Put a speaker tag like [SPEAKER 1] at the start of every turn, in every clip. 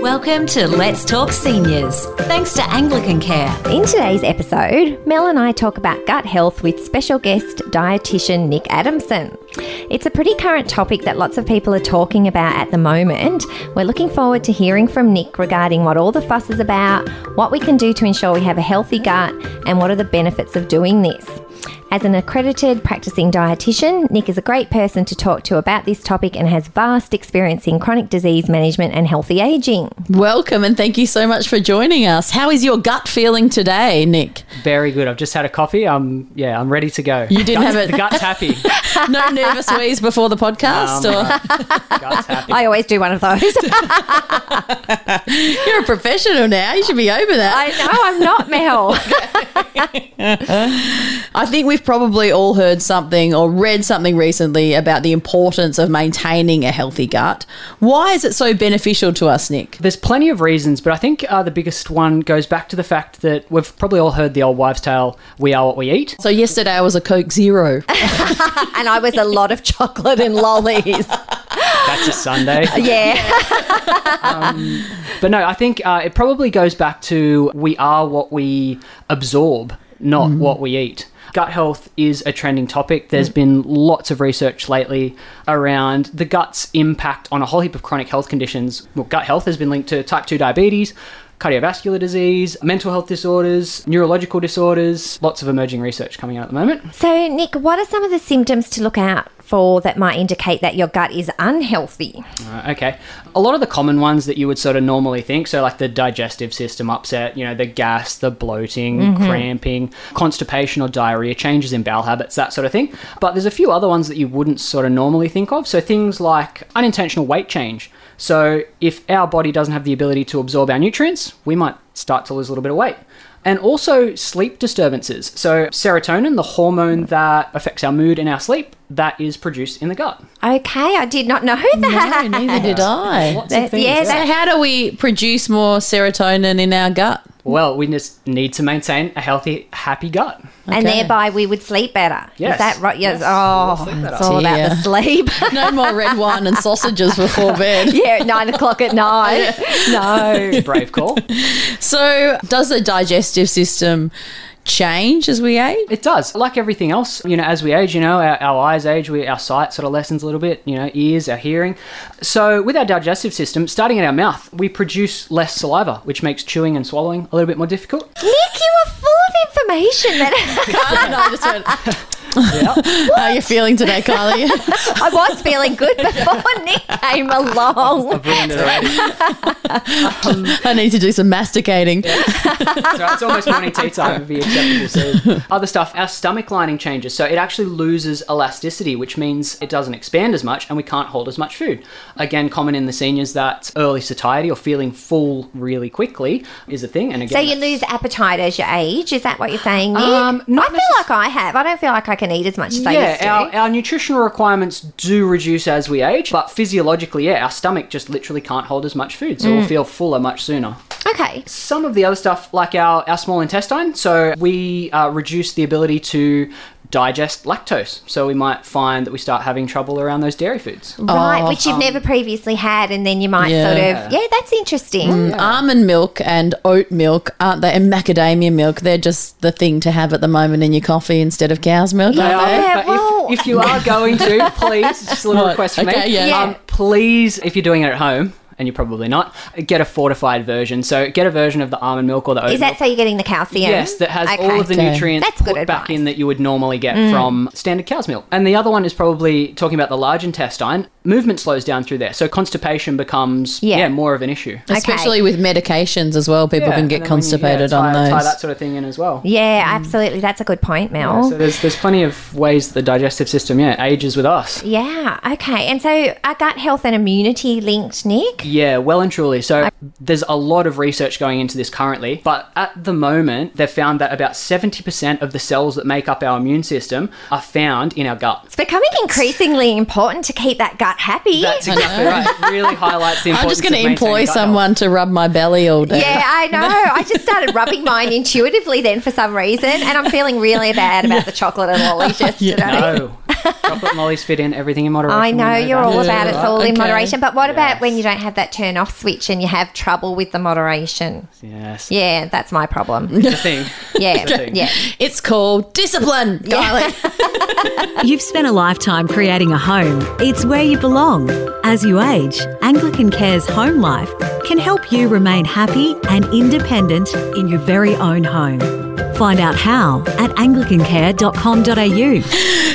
[SPEAKER 1] Welcome to Let's Talk Seniors, thanks to Anglican Care.
[SPEAKER 2] In today's episode, Mel and I talk about gut health with special guest dietitian Nick Adamson. It's a pretty current topic that lots of people are talking about at the moment. We're looking forward to hearing from Nick regarding what all the fuss is about, what we can do to ensure we have a healthy gut, and what are the benefits of doing this. As an accredited practicing dietitian, Nick is a great person to talk to about this topic and has vast experience in chronic disease management and healthy aging.
[SPEAKER 3] Welcome and thank you so much for joining us. How is your gut feeling today, Nick?
[SPEAKER 4] Very good. I've just had a coffee. I'm yeah, I'm ready to go.
[SPEAKER 3] You didn't
[SPEAKER 4] Guts-
[SPEAKER 3] have it-
[SPEAKER 4] The gut's happy.
[SPEAKER 3] No nervous wheeze before the podcast,
[SPEAKER 4] Um,
[SPEAKER 3] or
[SPEAKER 4] uh, gut's happy.
[SPEAKER 2] I always do one of those.
[SPEAKER 3] you're a professional now. You should be over that.
[SPEAKER 2] I know I'm not Mel.
[SPEAKER 3] I think we've probably all heard something or read something recently about the importance of maintaining a healthy gut. Why is it so beneficial to us, Nick?
[SPEAKER 4] There's plenty of reasons, but I think uh, the biggest one goes back to the fact that we've probably all heard the old wives' tale: "We are what we eat."
[SPEAKER 3] So yesterday I was a Coke Zero.
[SPEAKER 2] and I was a lot of chocolate and lollies.
[SPEAKER 4] That's a Sunday.
[SPEAKER 2] Yeah.
[SPEAKER 4] But no, I think uh, it probably goes back to we are what we absorb, not what we eat. Gut health is a trending topic. There's been lots of research lately around the gut's impact on a whole heap of chronic health conditions. Well, gut health has been linked to type 2 diabetes, cardiovascular disease, mental health disorders, neurological disorders, lots of emerging research coming out at the moment.
[SPEAKER 2] So, Nick, what are some of the symptoms to look out for that might indicate that your gut is unhealthy?
[SPEAKER 4] Uh, okay. A lot of the common ones that you would sort of normally think, so like the digestive system upset, you know, the gas, the bloating,
[SPEAKER 2] Mm-hmm.
[SPEAKER 4] cramping, constipation or diarrhea, changes in bowel habits, that sort of thing. But there's a few other ones that you wouldn't sort of normally think of. So things like unintentional weight change. So if our body doesn't have the ability to absorb our nutrients, we might start to lose a little bit of weight. And also sleep disturbances. So serotonin, the hormone that affects our mood and our sleep, that is produced in the gut.
[SPEAKER 2] Okay, I did not know that.
[SPEAKER 3] No, neither did I.
[SPEAKER 4] Lots of
[SPEAKER 2] That-
[SPEAKER 4] things,
[SPEAKER 2] yeah,
[SPEAKER 3] So how do we produce more serotonin in our gut?
[SPEAKER 4] Well, we just need to maintain a healthy, happy gut.
[SPEAKER 2] And
[SPEAKER 3] Okay.
[SPEAKER 2] thereby we would sleep better. Is
[SPEAKER 4] Yes.
[SPEAKER 2] that right? Yes.
[SPEAKER 4] Yes,
[SPEAKER 2] Oh,
[SPEAKER 4] we'll sleep better.
[SPEAKER 2] it's all about the
[SPEAKER 3] Dear.
[SPEAKER 2] sleep.
[SPEAKER 3] No more red wine and sausages before bed.
[SPEAKER 2] yeah, at nine o'clock at night. No.
[SPEAKER 4] Brave call.
[SPEAKER 3] So, does the digestive system change as we age?
[SPEAKER 4] it does. Like everything else, you know, as we age, you know, our, our eyes age, we, our sight sort of lessens a little bit, you know, ears, our hearing. So with our digestive system, starting at our mouth, we produce less saliva, which makes chewing and swallowing a little bit more difficult.
[SPEAKER 2] Nick, you are full of information that
[SPEAKER 3] I know, I just went,
[SPEAKER 4] Yeah.
[SPEAKER 3] how are you feeling today, Carly?
[SPEAKER 2] I was feeling good before Nick came along.
[SPEAKER 3] I need to do some masticating.
[SPEAKER 4] That's right. It's almost morning tea time. Would be acceptable soon. Other stuff, our stomach lining changes, so it actually loses elasticity, which means it doesn't expand as much, and we can't hold as much food. Again, common in the seniors that early satiety or feeling full really quickly is a thing. And
[SPEAKER 2] So you
[SPEAKER 4] again,
[SPEAKER 2] lose appetite as you age. Is that what you're saying, Nick?
[SPEAKER 4] Um,
[SPEAKER 2] I
[SPEAKER 4] not
[SPEAKER 2] feel like I have. I don't feel like I can eat as much as I used to.
[SPEAKER 4] yeah, our, our nutritional requirements do reduce as we age, but physiologically, yeah, our stomach just literally can't hold as much food, so we'll
[SPEAKER 2] Mm.
[SPEAKER 4] feel fuller much sooner.
[SPEAKER 2] okay.
[SPEAKER 4] some of the other stuff like our, our small intestine so we uh, reduce the ability to digest lactose so we might find that we start having trouble around those dairy foods
[SPEAKER 2] Right, which
[SPEAKER 4] um,
[SPEAKER 2] you've never previously had, and then you might
[SPEAKER 3] Yeah.
[SPEAKER 2] sort of, yeah, that's interesting.
[SPEAKER 4] Mm.
[SPEAKER 3] Almond milk and oat milk, aren't they? And macadamia milk, they're just the thing to have at the moment in your coffee instead of cow's milk.
[SPEAKER 2] Yeah.
[SPEAKER 3] aren't they?
[SPEAKER 4] Um, but
[SPEAKER 2] well-
[SPEAKER 4] if, if you are going to please just a little
[SPEAKER 3] What?
[SPEAKER 4] request from
[SPEAKER 3] Okay,
[SPEAKER 4] me
[SPEAKER 3] yeah.
[SPEAKER 2] Yeah.
[SPEAKER 4] um, please if you're doing it at home and you're probably not get a fortified version so get a version of the almond milk or the oat
[SPEAKER 2] Is
[SPEAKER 4] milk
[SPEAKER 2] that so you're getting the calcium?
[SPEAKER 4] Yes, that has
[SPEAKER 2] Okay.
[SPEAKER 4] all of the
[SPEAKER 3] Okay.
[SPEAKER 4] nutrients
[SPEAKER 2] That's good
[SPEAKER 4] put back
[SPEAKER 2] advice. Mm.
[SPEAKER 4] in that you would normally get from standard cow's milk. And the other one is probably talking about the large intestine. Movement slows down through there, so constipation becomes
[SPEAKER 2] Yeah.
[SPEAKER 4] yeah, more of an issue.
[SPEAKER 3] Especially with medications as well, people
[SPEAKER 4] Yeah,
[SPEAKER 3] can
[SPEAKER 4] and
[SPEAKER 3] get
[SPEAKER 4] then when you- yeah,
[SPEAKER 3] constipated on
[SPEAKER 4] tie-
[SPEAKER 3] those.
[SPEAKER 4] Tie that sort of thing in as well.
[SPEAKER 2] Yeah, absolutely. That's a good point,
[SPEAKER 4] Mm. Yeah,
[SPEAKER 2] Mel.
[SPEAKER 4] so there's there's plenty of ways the digestive system yeah ages with us.
[SPEAKER 2] Yeah, okay. And so are gut health and immunity linked, Nick?
[SPEAKER 4] Yeah, well and truly. So there's a lot of research going into this currently, but at the moment they've found that about 70% of the cells that make up our immune system are found in our gut.
[SPEAKER 2] It's becoming increasingly important to keep that gut happy.
[SPEAKER 4] That's exactly
[SPEAKER 3] know.
[SPEAKER 4] right. It really highlights the
[SPEAKER 3] I'm
[SPEAKER 4] importance.
[SPEAKER 3] just going
[SPEAKER 4] of
[SPEAKER 3] to
[SPEAKER 4] maintaining
[SPEAKER 3] employ
[SPEAKER 4] gut health.
[SPEAKER 3] someone to rub my belly all day.
[SPEAKER 2] yeah, I know. I just started rubbing mine intuitively then for some reason, and I'm feeling really bad about the chocolate and lollies yesterday.
[SPEAKER 4] No, Chocolate lollies fit in everything in moderation.
[SPEAKER 2] I
[SPEAKER 4] we
[SPEAKER 2] know you're
[SPEAKER 4] that.
[SPEAKER 2] all about it's all in
[SPEAKER 3] Okay.
[SPEAKER 2] moderation, but what about when you don't have that turn off switch and you have trouble with the moderation?
[SPEAKER 4] Yes.
[SPEAKER 2] Yeah, that's my problem.
[SPEAKER 4] The thing.
[SPEAKER 2] Yeah,
[SPEAKER 4] Okay.
[SPEAKER 2] yeah.
[SPEAKER 3] It's called discipline, darling.
[SPEAKER 5] You've spent a lifetime creating a home. It's where you belong. As you age, Anglican Care's home life can help you remain happy and independent in your very own home. Find out how at anglicancare.com.au.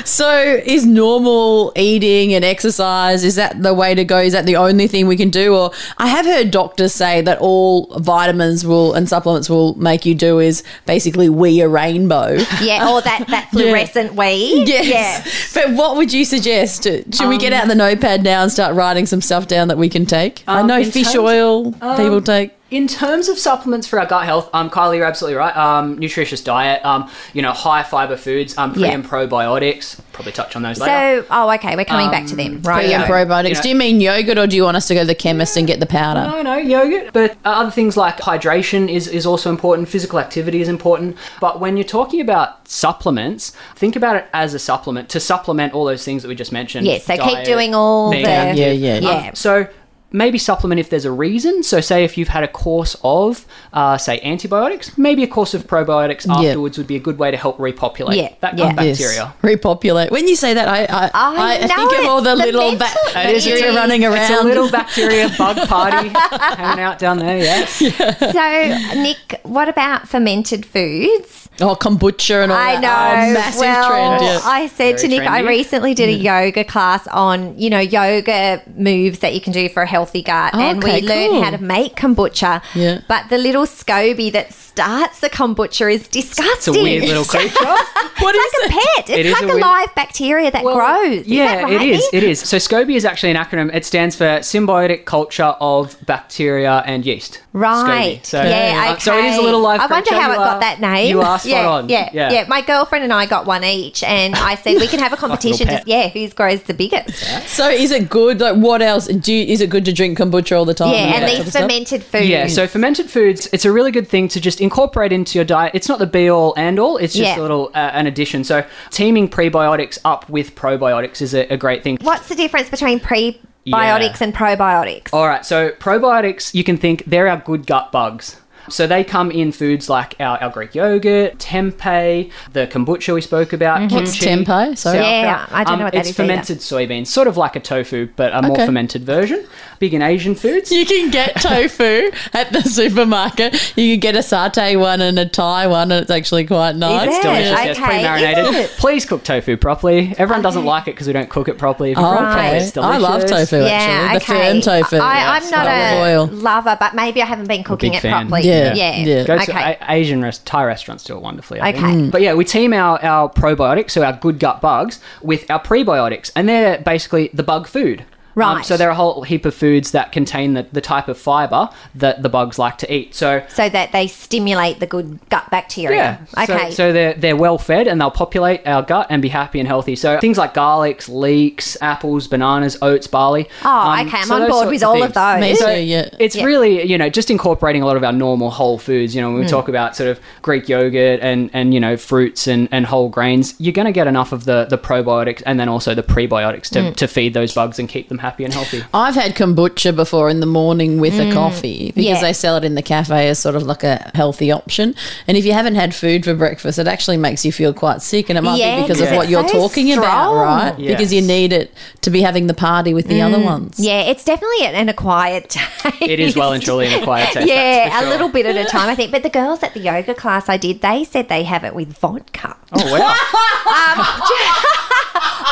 [SPEAKER 3] So, is normal eating and exercise is that the way to go? Is that the only thing we can do? Or I have heard doctors say that all vitamins will and supplements will make you do is basically we a rainbow.
[SPEAKER 2] Yeah, or that, that fluorescent weed. Yeah.
[SPEAKER 3] Yes. But what would you suggest? Should we get out the notepad now and start writing some stuff down that we can take?
[SPEAKER 4] Um,
[SPEAKER 3] I know
[SPEAKER 4] in
[SPEAKER 3] fish
[SPEAKER 4] terms-
[SPEAKER 3] oil
[SPEAKER 4] um,
[SPEAKER 3] people take.
[SPEAKER 4] In terms of supplements for our gut health, um, Kylie, you're absolutely right. Um, nutritious diet, um, you know, high fiber foods, um, pre
[SPEAKER 2] Yeah.
[SPEAKER 4] and probiotics. Probably touch on those later.
[SPEAKER 2] So, oh, okay, we're coming back to them.
[SPEAKER 4] um,
[SPEAKER 2] Right.
[SPEAKER 3] Pre and probiotics.
[SPEAKER 4] you know-
[SPEAKER 3] Do you mean yogurt or do you want us to go to the chemist and get the powder?
[SPEAKER 4] No, no, yogurt. But uh, other things like hydration is, is also important. Physical activity is important. But when you're talking about supplements, think about it as a supplement to supplement all those things that we just mentioned.
[SPEAKER 2] Yeah, so keep
[SPEAKER 4] Diet,
[SPEAKER 2] doing all the.
[SPEAKER 4] being active,
[SPEAKER 3] Yeah, yeah, yeah.
[SPEAKER 2] Yeah.
[SPEAKER 4] So maybe supplement if there's a reason. So say if you've had a course of, uh, say, antibiotics, maybe a course of probiotics
[SPEAKER 3] Yeah.
[SPEAKER 4] afterwards would be a good way to help repopulate
[SPEAKER 2] Yeah,
[SPEAKER 4] that gut
[SPEAKER 2] yeah.
[SPEAKER 3] Yes.
[SPEAKER 4] bacteria.
[SPEAKER 3] Repopulate. When you say that, I I, I,
[SPEAKER 2] know
[SPEAKER 3] think of
[SPEAKER 2] it's
[SPEAKER 3] all the,
[SPEAKER 2] the
[SPEAKER 3] little ba-
[SPEAKER 2] mental- It
[SPEAKER 4] is, it's
[SPEAKER 3] bacteria
[SPEAKER 4] a-
[SPEAKER 3] running around.
[SPEAKER 4] It's a little bacteria bug party hanging out down there, yeah.
[SPEAKER 2] So, Nick, what about fermented foods?
[SPEAKER 3] oh, kombucha and all
[SPEAKER 2] I
[SPEAKER 3] that.
[SPEAKER 2] know.
[SPEAKER 3] Oh, massive
[SPEAKER 2] well,
[SPEAKER 3] trend. Yeah.
[SPEAKER 2] I said to
[SPEAKER 4] Very
[SPEAKER 2] Nick, I
[SPEAKER 4] trendy.
[SPEAKER 2] recently
[SPEAKER 4] Mm.
[SPEAKER 2] did a yoga class on, you know, yoga moves that you can do for a healthy gut. and we
[SPEAKER 3] Okay, cool.
[SPEAKER 2] learned how to make kombucha.
[SPEAKER 3] Yeah.
[SPEAKER 2] But the little scoby that starts the kombucha is
[SPEAKER 4] It's a
[SPEAKER 2] disgusting.
[SPEAKER 4] weird little creature.
[SPEAKER 3] What is
[SPEAKER 2] it's like a pet.
[SPEAKER 4] It
[SPEAKER 2] It's like
[SPEAKER 4] is a
[SPEAKER 2] a,
[SPEAKER 4] weird-
[SPEAKER 2] live bacteria that
[SPEAKER 4] Well,
[SPEAKER 2] grows. Is
[SPEAKER 4] Yeah,
[SPEAKER 2] that right?
[SPEAKER 4] it is. It is. So SCOBY is actually an acronym. It stands for Symbiotic Culture of Bacteria and Yeast.
[SPEAKER 2] Right.
[SPEAKER 4] SCOBY. So,
[SPEAKER 2] yeah.
[SPEAKER 4] uh, so it is a
[SPEAKER 2] okay.
[SPEAKER 4] little life.
[SPEAKER 2] I wonder
[SPEAKER 4] creature.
[SPEAKER 2] how
[SPEAKER 4] You
[SPEAKER 2] it got
[SPEAKER 4] are-
[SPEAKER 2] that name.
[SPEAKER 4] You are spot
[SPEAKER 2] yeah,
[SPEAKER 4] on.
[SPEAKER 2] Yeah, yeah. My girlfriend and I got one each, and I said we can have a competition.
[SPEAKER 4] pet.
[SPEAKER 2] to, yeah, who grows the biggest? Yeah,
[SPEAKER 3] it? So is it good? Like, what else? Do you, is it good to drink kombucha all the time?
[SPEAKER 2] and
[SPEAKER 3] that
[SPEAKER 2] these
[SPEAKER 3] sort of stuff?
[SPEAKER 2] fermented foods.
[SPEAKER 4] Yeah, so fermented foods, it's a really good thing to just incorporate into your diet. It's not the be all and all, it's just
[SPEAKER 2] Yeah.
[SPEAKER 4] a little uh, an addition. So, teaming prebiotics up with probiotics is a, a great thing.
[SPEAKER 2] What's the difference between prebiotics
[SPEAKER 4] Yeah. Oh,
[SPEAKER 2] and probiotics?
[SPEAKER 4] All right, so probiotics, you can think they're our good gut bugs. So they come in foods like our, our Greek yogurt, tempeh, the kombucha we spoke about.
[SPEAKER 3] Mm-hmm. What's
[SPEAKER 4] kimchi,
[SPEAKER 3] tempeh? Sorry.
[SPEAKER 4] sauerkraut.
[SPEAKER 2] Yeah, I don't know what that
[SPEAKER 4] it's
[SPEAKER 2] is either.
[SPEAKER 4] fermented soybeans, sort of like a tofu, but a more
[SPEAKER 3] Okay.
[SPEAKER 4] fermented version. Big in Asian foods.
[SPEAKER 3] You can get tofu at the supermarket. You can get a satay one and a Thai one, and it's actually quite nice.
[SPEAKER 2] it?
[SPEAKER 4] It's delicious.
[SPEAKER 2] Okay,
[SPEAKER 4] yes, pre-marinated.
[SPEAKER 2] is it?
[SPEAKER 4] Please cook tofu properly. Everyone doesn't like it because we don't cook it properly. If you
[SPEAKER 3] Oh,
[SPEAKER 4] cook it properly,
[SPEAKER 3] okay.
[SPEAKER 4] it's
[SPEAKER 3] I love
[SPEAKER 4] delicious.
[SPEAKER 3] tofu
[SPEAKER 2] yeah,
[SPEAKER 3] actually. The
[SPEAKER 2] okay.
[SPEAKER 3] firm tofu.
[SPEAKER 2] I, I'm not
[SPEAKER 3] Olive
[SPEAKER 2] a
[SPEAKER 3] oil.
[SPEAKER 2] lover, but maybe I haven't been cooking
[SPEAKER 4] big
[SPEAKER 2] it
[SPEAKER 4] fan.
[SPEAKER 2] properly.
[SPEAKER 3] Yeah,
[SPEAKER 2] yeah.
[SPEAKER 3] yeah.
[SPEAKER 4] Go
[SPEAKER 2] Okay.
[SPEAKER 4] to a- Asian rest- Thai restaurants do it wonderfully. I think.
[SPEAKER 2] Okay. Mm.
[SPEAKER 4] But yeah, we team our, our probiotics, so our good gut bugs, with our prebiotics, and they're basically the bug food. Um,
[SPEAKER 2] Right.
[SPEAKER 4] so there are a whole heap of foods that contain the, the type of fiber that the bugs like to eat. So
[SPEAKER 2] so that they stimulate the good gut bacteria.
[SPEAKER 4] yeah. So-
[SPEAKER 2] Okay.
[SPEAKER 4] So, they're they're well fed and they'll populate our gut and be happy and healthy. So things like garlics, leeks, apples, bananas, oats, barley. Um,
[SPEAKER 2] Oh, okay, I'm on
[SPEAKER 4] those
[SPEAKER 2] board
[SPEAKER 4] sorts
[SPEAKER 2] with all of
[SPEAKER 4] things.
[SPEAKER 2] those.
[SPEAKER 3] Me too, yeah.
[SPEAKER 4] It's
[SPEAKER 2] Yeah.
[SPEAKER 4] really you know just incorporating a lot of our normal whole foods. You know when
[SPEAKER 2] Hmm.
[SPEAKER 4] we talk about sort of Greek yogurt and and you know fruits and, and whole grains, you're going to get enough of the the probiotics and then also the prebiotics
[SPEAKER 2] Hmm.
[SPEAKER 4] to, to feed those bugs and keep them happy and healthy.
[SPEAKER 3] I've had kombucha before in the morning with a coffee because
[SPEAKER 2] Mm, yeah.
[SPEAKER 3] they sell it in the cafe as sort of like a healthy option. And if you haven't had food for breakfast, it actually makes you feel quite sick, and it might
[SPEAKER 2] Yeah,
[SPEAKER 3] be because
[SPEAKER 2] because
[SPEAKER 3] of what
[SPEAKER 2] it's
[SPEAKER 3] you're
[SPEAKER 2] so
[SPEAKER 3] talking about,
[SPEAKER 2] strong.
[SPEAKER 3] right? Because you
[SPEAKER 4] Yes.
[SPEAKER 3] need it to be having the party with the other ones.
[SPEAKER 2] Mm, yeah, it's definitely an acquired taste.
[SPEAKER 4] It is well and truly an acquired taste.
[SPEAKER 2] Yeah,
[SPEAKER 4] that's for
[SPEAKER 2] a
[SPEAKER 4] sure.
[SPEAKER 2] little bit at a time, I think. But the girls at the yoga class I did, they said they have it with vodka.
[SPEAKER 4] Oh wow.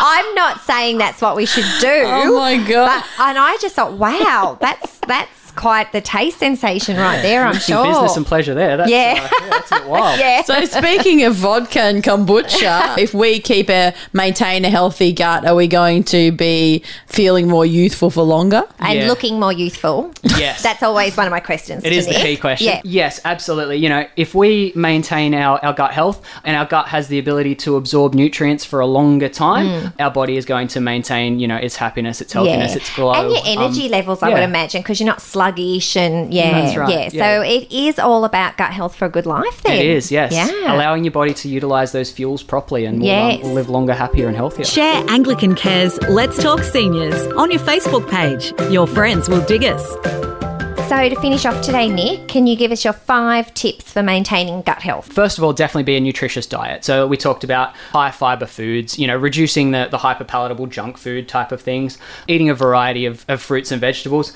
[SPEAKER 2] I'm not saying that's what we should do.
[SPEAKER 3] Oh my god!
[SPEAKER 2] But, and I just thought, wow, that's that's quite the taste sensation right there. I'm
[SPEAKER 4] Some
[SPEAKER 2] sure.
[SPEAKER 4] Business and pleasure there. That's,
[SPEAKER 2] Yeah.
[SPEAKER 4] uh, yeah, that's a bit wild.
[SPEAKER 2] yeah.
[SPEAKER 3] So speaking of vodka and kombucha, if we keep a maintain a healthy gut, are we going to be feeling more youthful for longer?
[SPEAKER 2] and
[SPEAKER 4] Yeah.
[SPEAKER 2] looking more youthful.
[SPEAKER 4] Yes.
[SPEAKER 2] That's always one of my questions.
[SPEAKER 4] It
[SPEAKER 2] to
[SPEAKER 4] is the
[SPEAKER 2] Nick.
[SPEAKER 4] key question.
[SPEAKER 2] Yeah.
[SPEAKER 4] Yes, absolutely. You know, if we maintain our, our gut health and our gut has the ability to absorb nutrients for a longer
[SPEAKER 2] Mm.
[SPEAKER 4] time, our body is going to maintain, you know, its happiness, its healthiness, its glow.
[SPEAKER 2] and your
[SPEAKER 4] um,
[SPEAKER 2] energy levels, I would
[SPEAKER 4] yeah.
[SPEAKER 2] imagine, because you're not sluggish and yeah,
[SPEAKER 4] That's right,
[SPEAKER 2] yeah. So it is all about gut health for a good life. Then
[SPEAKER 4] It is, yes.
[SPEAKER 2] yeah.
[SPEAKER 4] Allowing your body to utilize those fuels properly and we'll, um,
[SPEAKER 2] Yes.
[SPEAKER 4] live longer, happier, and healthier.
[SPEAKER 5] Share Anglican Cares Let's Talk Seniors on your Facebook page. Your friends will dig us.
[SPEAKER 2] so to finish off today, Nick, can you give us your five tips for maintaining gut health?
[SPEAKER 4] First of all, definitely be a nutritious diet. So we talked about high fiber foods, you know, reducing the, the hyperpalatable junk food type of things, eating a variety of, of fruits and vegetables.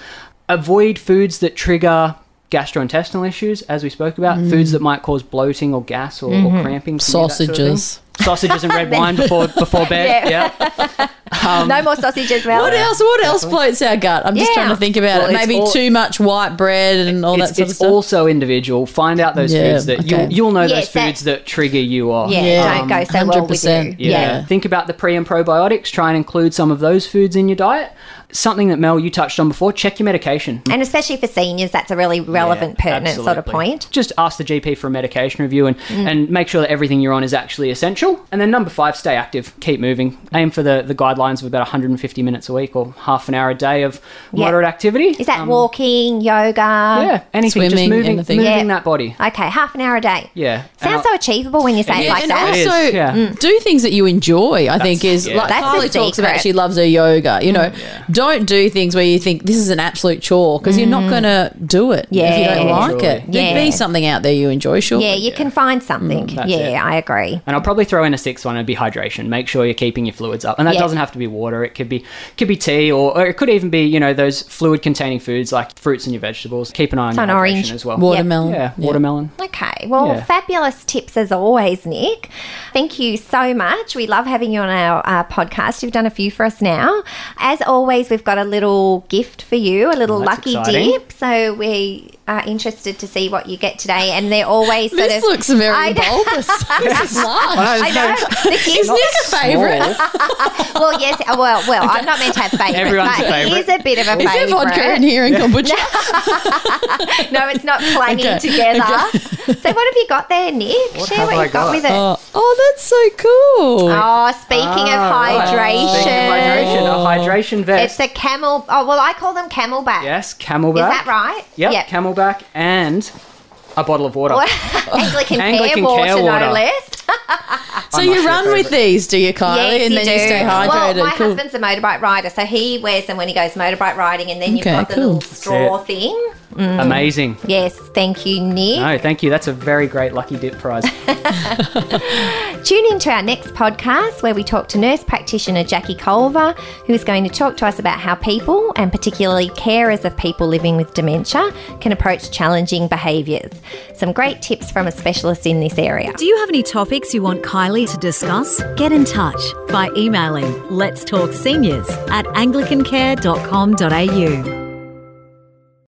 [SPEAKER 4] Avoid foods that trigger gastrointestinal issues, as we spoke about,
[SPEAKER 3] Mm.
[SPEAKER 4] foods that might cause bloating or gas or, or cramping. can you do that sort of thing?
[SPEAKER 3] Mm-hmm. Sausages.
[SPEAKER 4] Sausages and red wine before before bed. yeah.
[SPEAKER 2] no more sausage as well.
[SPEAKER 3] What else? What else bloats our gut? I'm just
[SPEAKER 2] Yeah.
[SPEAKER 3] trying to think about
[SPEAKER 4] Well,
[SPEAKER 3] it.
[SPEAKER 4] it's
[SPEAKER 3] Maybe
[SPEAKER 4] all-
[SPEAKER 3] too much white bread and all
[SPEAKER 4] it's,
[SPEAKER 3] that sort of
[SPEAKER 4] it's
[SPEAKER 3] stuff.
[SPEAKER 4] also individual. Find out those
[SPEAKER 3] Yeah,
[SPEAKER 4] foods that
[SPEAKER 3] okay.
[SPEAKER 4] you, you'll know
[SPEAKER 2] Yes,
[SPEAKER 4] those foods that, trigger you off.
[SPEAKER 2] Yeah,
[SPEAKER 3] Yeah.
[SPEAKER 2] don't go so well with you.
[SPEAKER 3] 100%.
[SPEAKER 4] Yeah.
[SPEAKER 3] Yeah.
[SPEAKER 4] Think about the pre and probiotics. Try and include some of those foods in your diet. Something that Mel you touched on before. Check your medication.
[SPEAKER 2] And especially for seniors, that's a really relevant,
[SPEAKER 4] Yeah,
[SPEAKER 2] pertinent sort of
[SPEAKER 4] absolutely.
[SPEAKER 2] point. Mm.
[SPEAKER 4] Just ask the GP for a medication review and, and make sure that everything you're on is actually essential. And then number five, stay active, keep moving. Aim for the, the guidelines of about 150 minutes a week or half an hour a day of
[SPEAKER 2] Yeah.
[SPEAKER 4] moderate activity.
[SPEAKER 2] Is that walking, yoga?
[SPEAKER 4] Um, Yeah, anything. just
[SPEAKER 3] Swimming,
[SPEAKER 4] moving,
[SPEAKER 3] anything.
[SPEAKER 4] moving
[SPEAKER 2] Yeah.
[SPEAKER 4] that body.
[SPEAKER 2] Okay, half an hour a day.
[SPEAKER 4] Yeah.
[SPEAKER 2] Sounds
[SPEAKER 4] And
[SPEAKER 2] so achievable when you say it,
[SPEAKER 4] Yeah,
[SPEAKER 2] like
[SPEAKER 3] and
[SPEAKER 2] that.
[SPEAKER 4] It is,
[SPEAKER 3] also
[SPEAKER 4] yeah. Mm.
[SPEAKER 3] do things that you enjoy. I think is
[SPEAKER 4] yeah.
[SPEAKER 3] like
[SPEAKER 2] That's the
[SPEAKER 3] Carly talks about.
[SPEAKER 2] secret. Mm.
[SPEAKER 3] She loves her yoga. You know, don't do things where you think this is an absolute chore because you're not going to do it if you
[SPEAKER 2] Mm. Yeah.
[SPEAKER 3] don't like
[SPEAKER 4] Surely.
[SPEAKER 3] it. There'd
[SPEAKER 2] Yeah.
[SPEAKER 3] be something out there you enjoy. Sure.
[SPEAKER 2] yeah, you can find something. yeah,
[SPEAKER 4] Mm, it.
[SPEAKER 2] I agree.
[SPEAKER 4] And I'll probably throw in a sixth one. It'd be hydration. Make sure you're keeping your fluids up, and that
[SPEAKER 2] Yeah.
[SPEAKER 4] doesn't have to be water. It could be could be tea, or, or it could even be you know those fluid containing foods like fruits and your vegetables. Keep an eye on
[SPEAKER 2] So
[SPEAKER 4] your
[SPEAKER 2] an
[SPEAKER 4] hydration
[SPEAKER 2] orange.
[SPEAKER 4] as well.
[SPEAKER 3] Watermelon.
[SPEAKER 4] Yeah, watermelon.
[SPEAKER 2] Okay, well,
[SPEAKER 4] Yeah.
[SPEAKER 2] fabulous tips as always, Nick. Thank you so much. We love having you on our uh, podcast. You've done a few for us now. As always, we've got a little gift for you, a little
[SPEAKER 4] Oh, that's
[SPEAKER 2] lucky
[SPEAKER 4] exciting.
[SPEAKER 2] dip. So we are interested to see what you get today. And they're always sort
[SPEAKER 3] This
[SPEAKER 2] of.
[SPEAKER 3] looks very
[SPEAKER 2] I know.
[SPEAKER 3] bulbous. this is large.
[SPEAKER 2] I know. The
[SPEAKER 3] Is
[SPEAKER 2] kids
[SPEAKER 3] Nick a favourite?
[SPEAKER 2] Well, yes. uh, Well, well, I'm not meant to have favourites,
[SPEAKER 4] Everyone's
[SPEAKER 2] but
[SPEAKER 4] a
[SPEAKER 2] it is
[SPEAKER 4] favourite.
[SPEAKER 2] a bit of a
[SPEAKER 3] Is there
[SPEAKER 2] favourite.
[SPEAKER 3] vodka in here and kombucha?
[SPEAKER 2] No, it's not clanging
[SPEAKER 3] Okay.
[SPEAKER 2] together. so, what have you got there, Nick? Share
[SPEAKER 4] have
[SPEAKER 2] what
[SPEAKER 4] I
[SPEAKER 2] you've got
[SPEAKER 4] got?
[SPEAKER 2] with it.
[SPEAKER 3] Oh, oh, that's so cool.
[SPEAKER 2] Oh, speaking of hydration,
[SPEAKER 4] Speaking of hydration, a hydration
[SPEAKER 2] it's
[SPEAKER 4] vest.
[SPEAKER 2] a camel. Oh, well, I call them camelback.
[SPEAKER 4] yes,
[SPEAKER 2] Is
[SPEAKER 4] camelback.
[SPEAKER 2] that right?
[SPEAKER 4] Yep, camelback and a bottle of water.
[SPEAKER 2] Anglican,
[SPEAKER 4] Anglican
[SPEAKER 2] care water,
[SPEAKER 4] care
[SPEAKER 2] no
[SPEAKER 4] water.
[SPEAKER 2] less.
[SPEAKER 3] so
[SPEAKER 4] I'm not
[SPEAKER 3] you
[SPEAKER 4] your
[SPEAKER 3] run with
[SPEAKER 4] favourite.
[SPEAKER 3] these, do you, Kylie?
[SPEAKER 2] Yes,
[SPEAKER 3] Oh, and
[SPEAKER 2] you
[SPEAKER 3] then
[SPEAKER 2] do.
[SPEAKER 3] you stay hydrated.
[SPEAKER 2] Well, my
[SPEAKER 3] cool.
[SPEAKER 2] husband's a motorbike rider, so he wears them when he goes motorbike riding, and then you've
[SPEAKER 3] Okay,
[SPEAKER 2] got the
[SPEAKER 3] cool.
[SPEAKER 2] little
[SPEAKER 3] That's
[SPEAKER 2] straw thing.
[SPEAKER 4] Amazing.
[SPEAKER 2] Yes, thank you, Nick.
[SPEAKER 4] No, thank you. That's a very great lucky dip prize.
[SPEAKER 2] Tune in to our next podcast where we talk to nurse practitioner Jackie Culver, who is going to talk to us about how people, and particularly carers of people living with dementia, can approach challenging behaviours. Some great tips from a specialist in this area.
[SPEAKER 5] Do you have any topics you want Kylie to discuss? Get in touch by emailing let's talk seniors at anglicancare.com.au.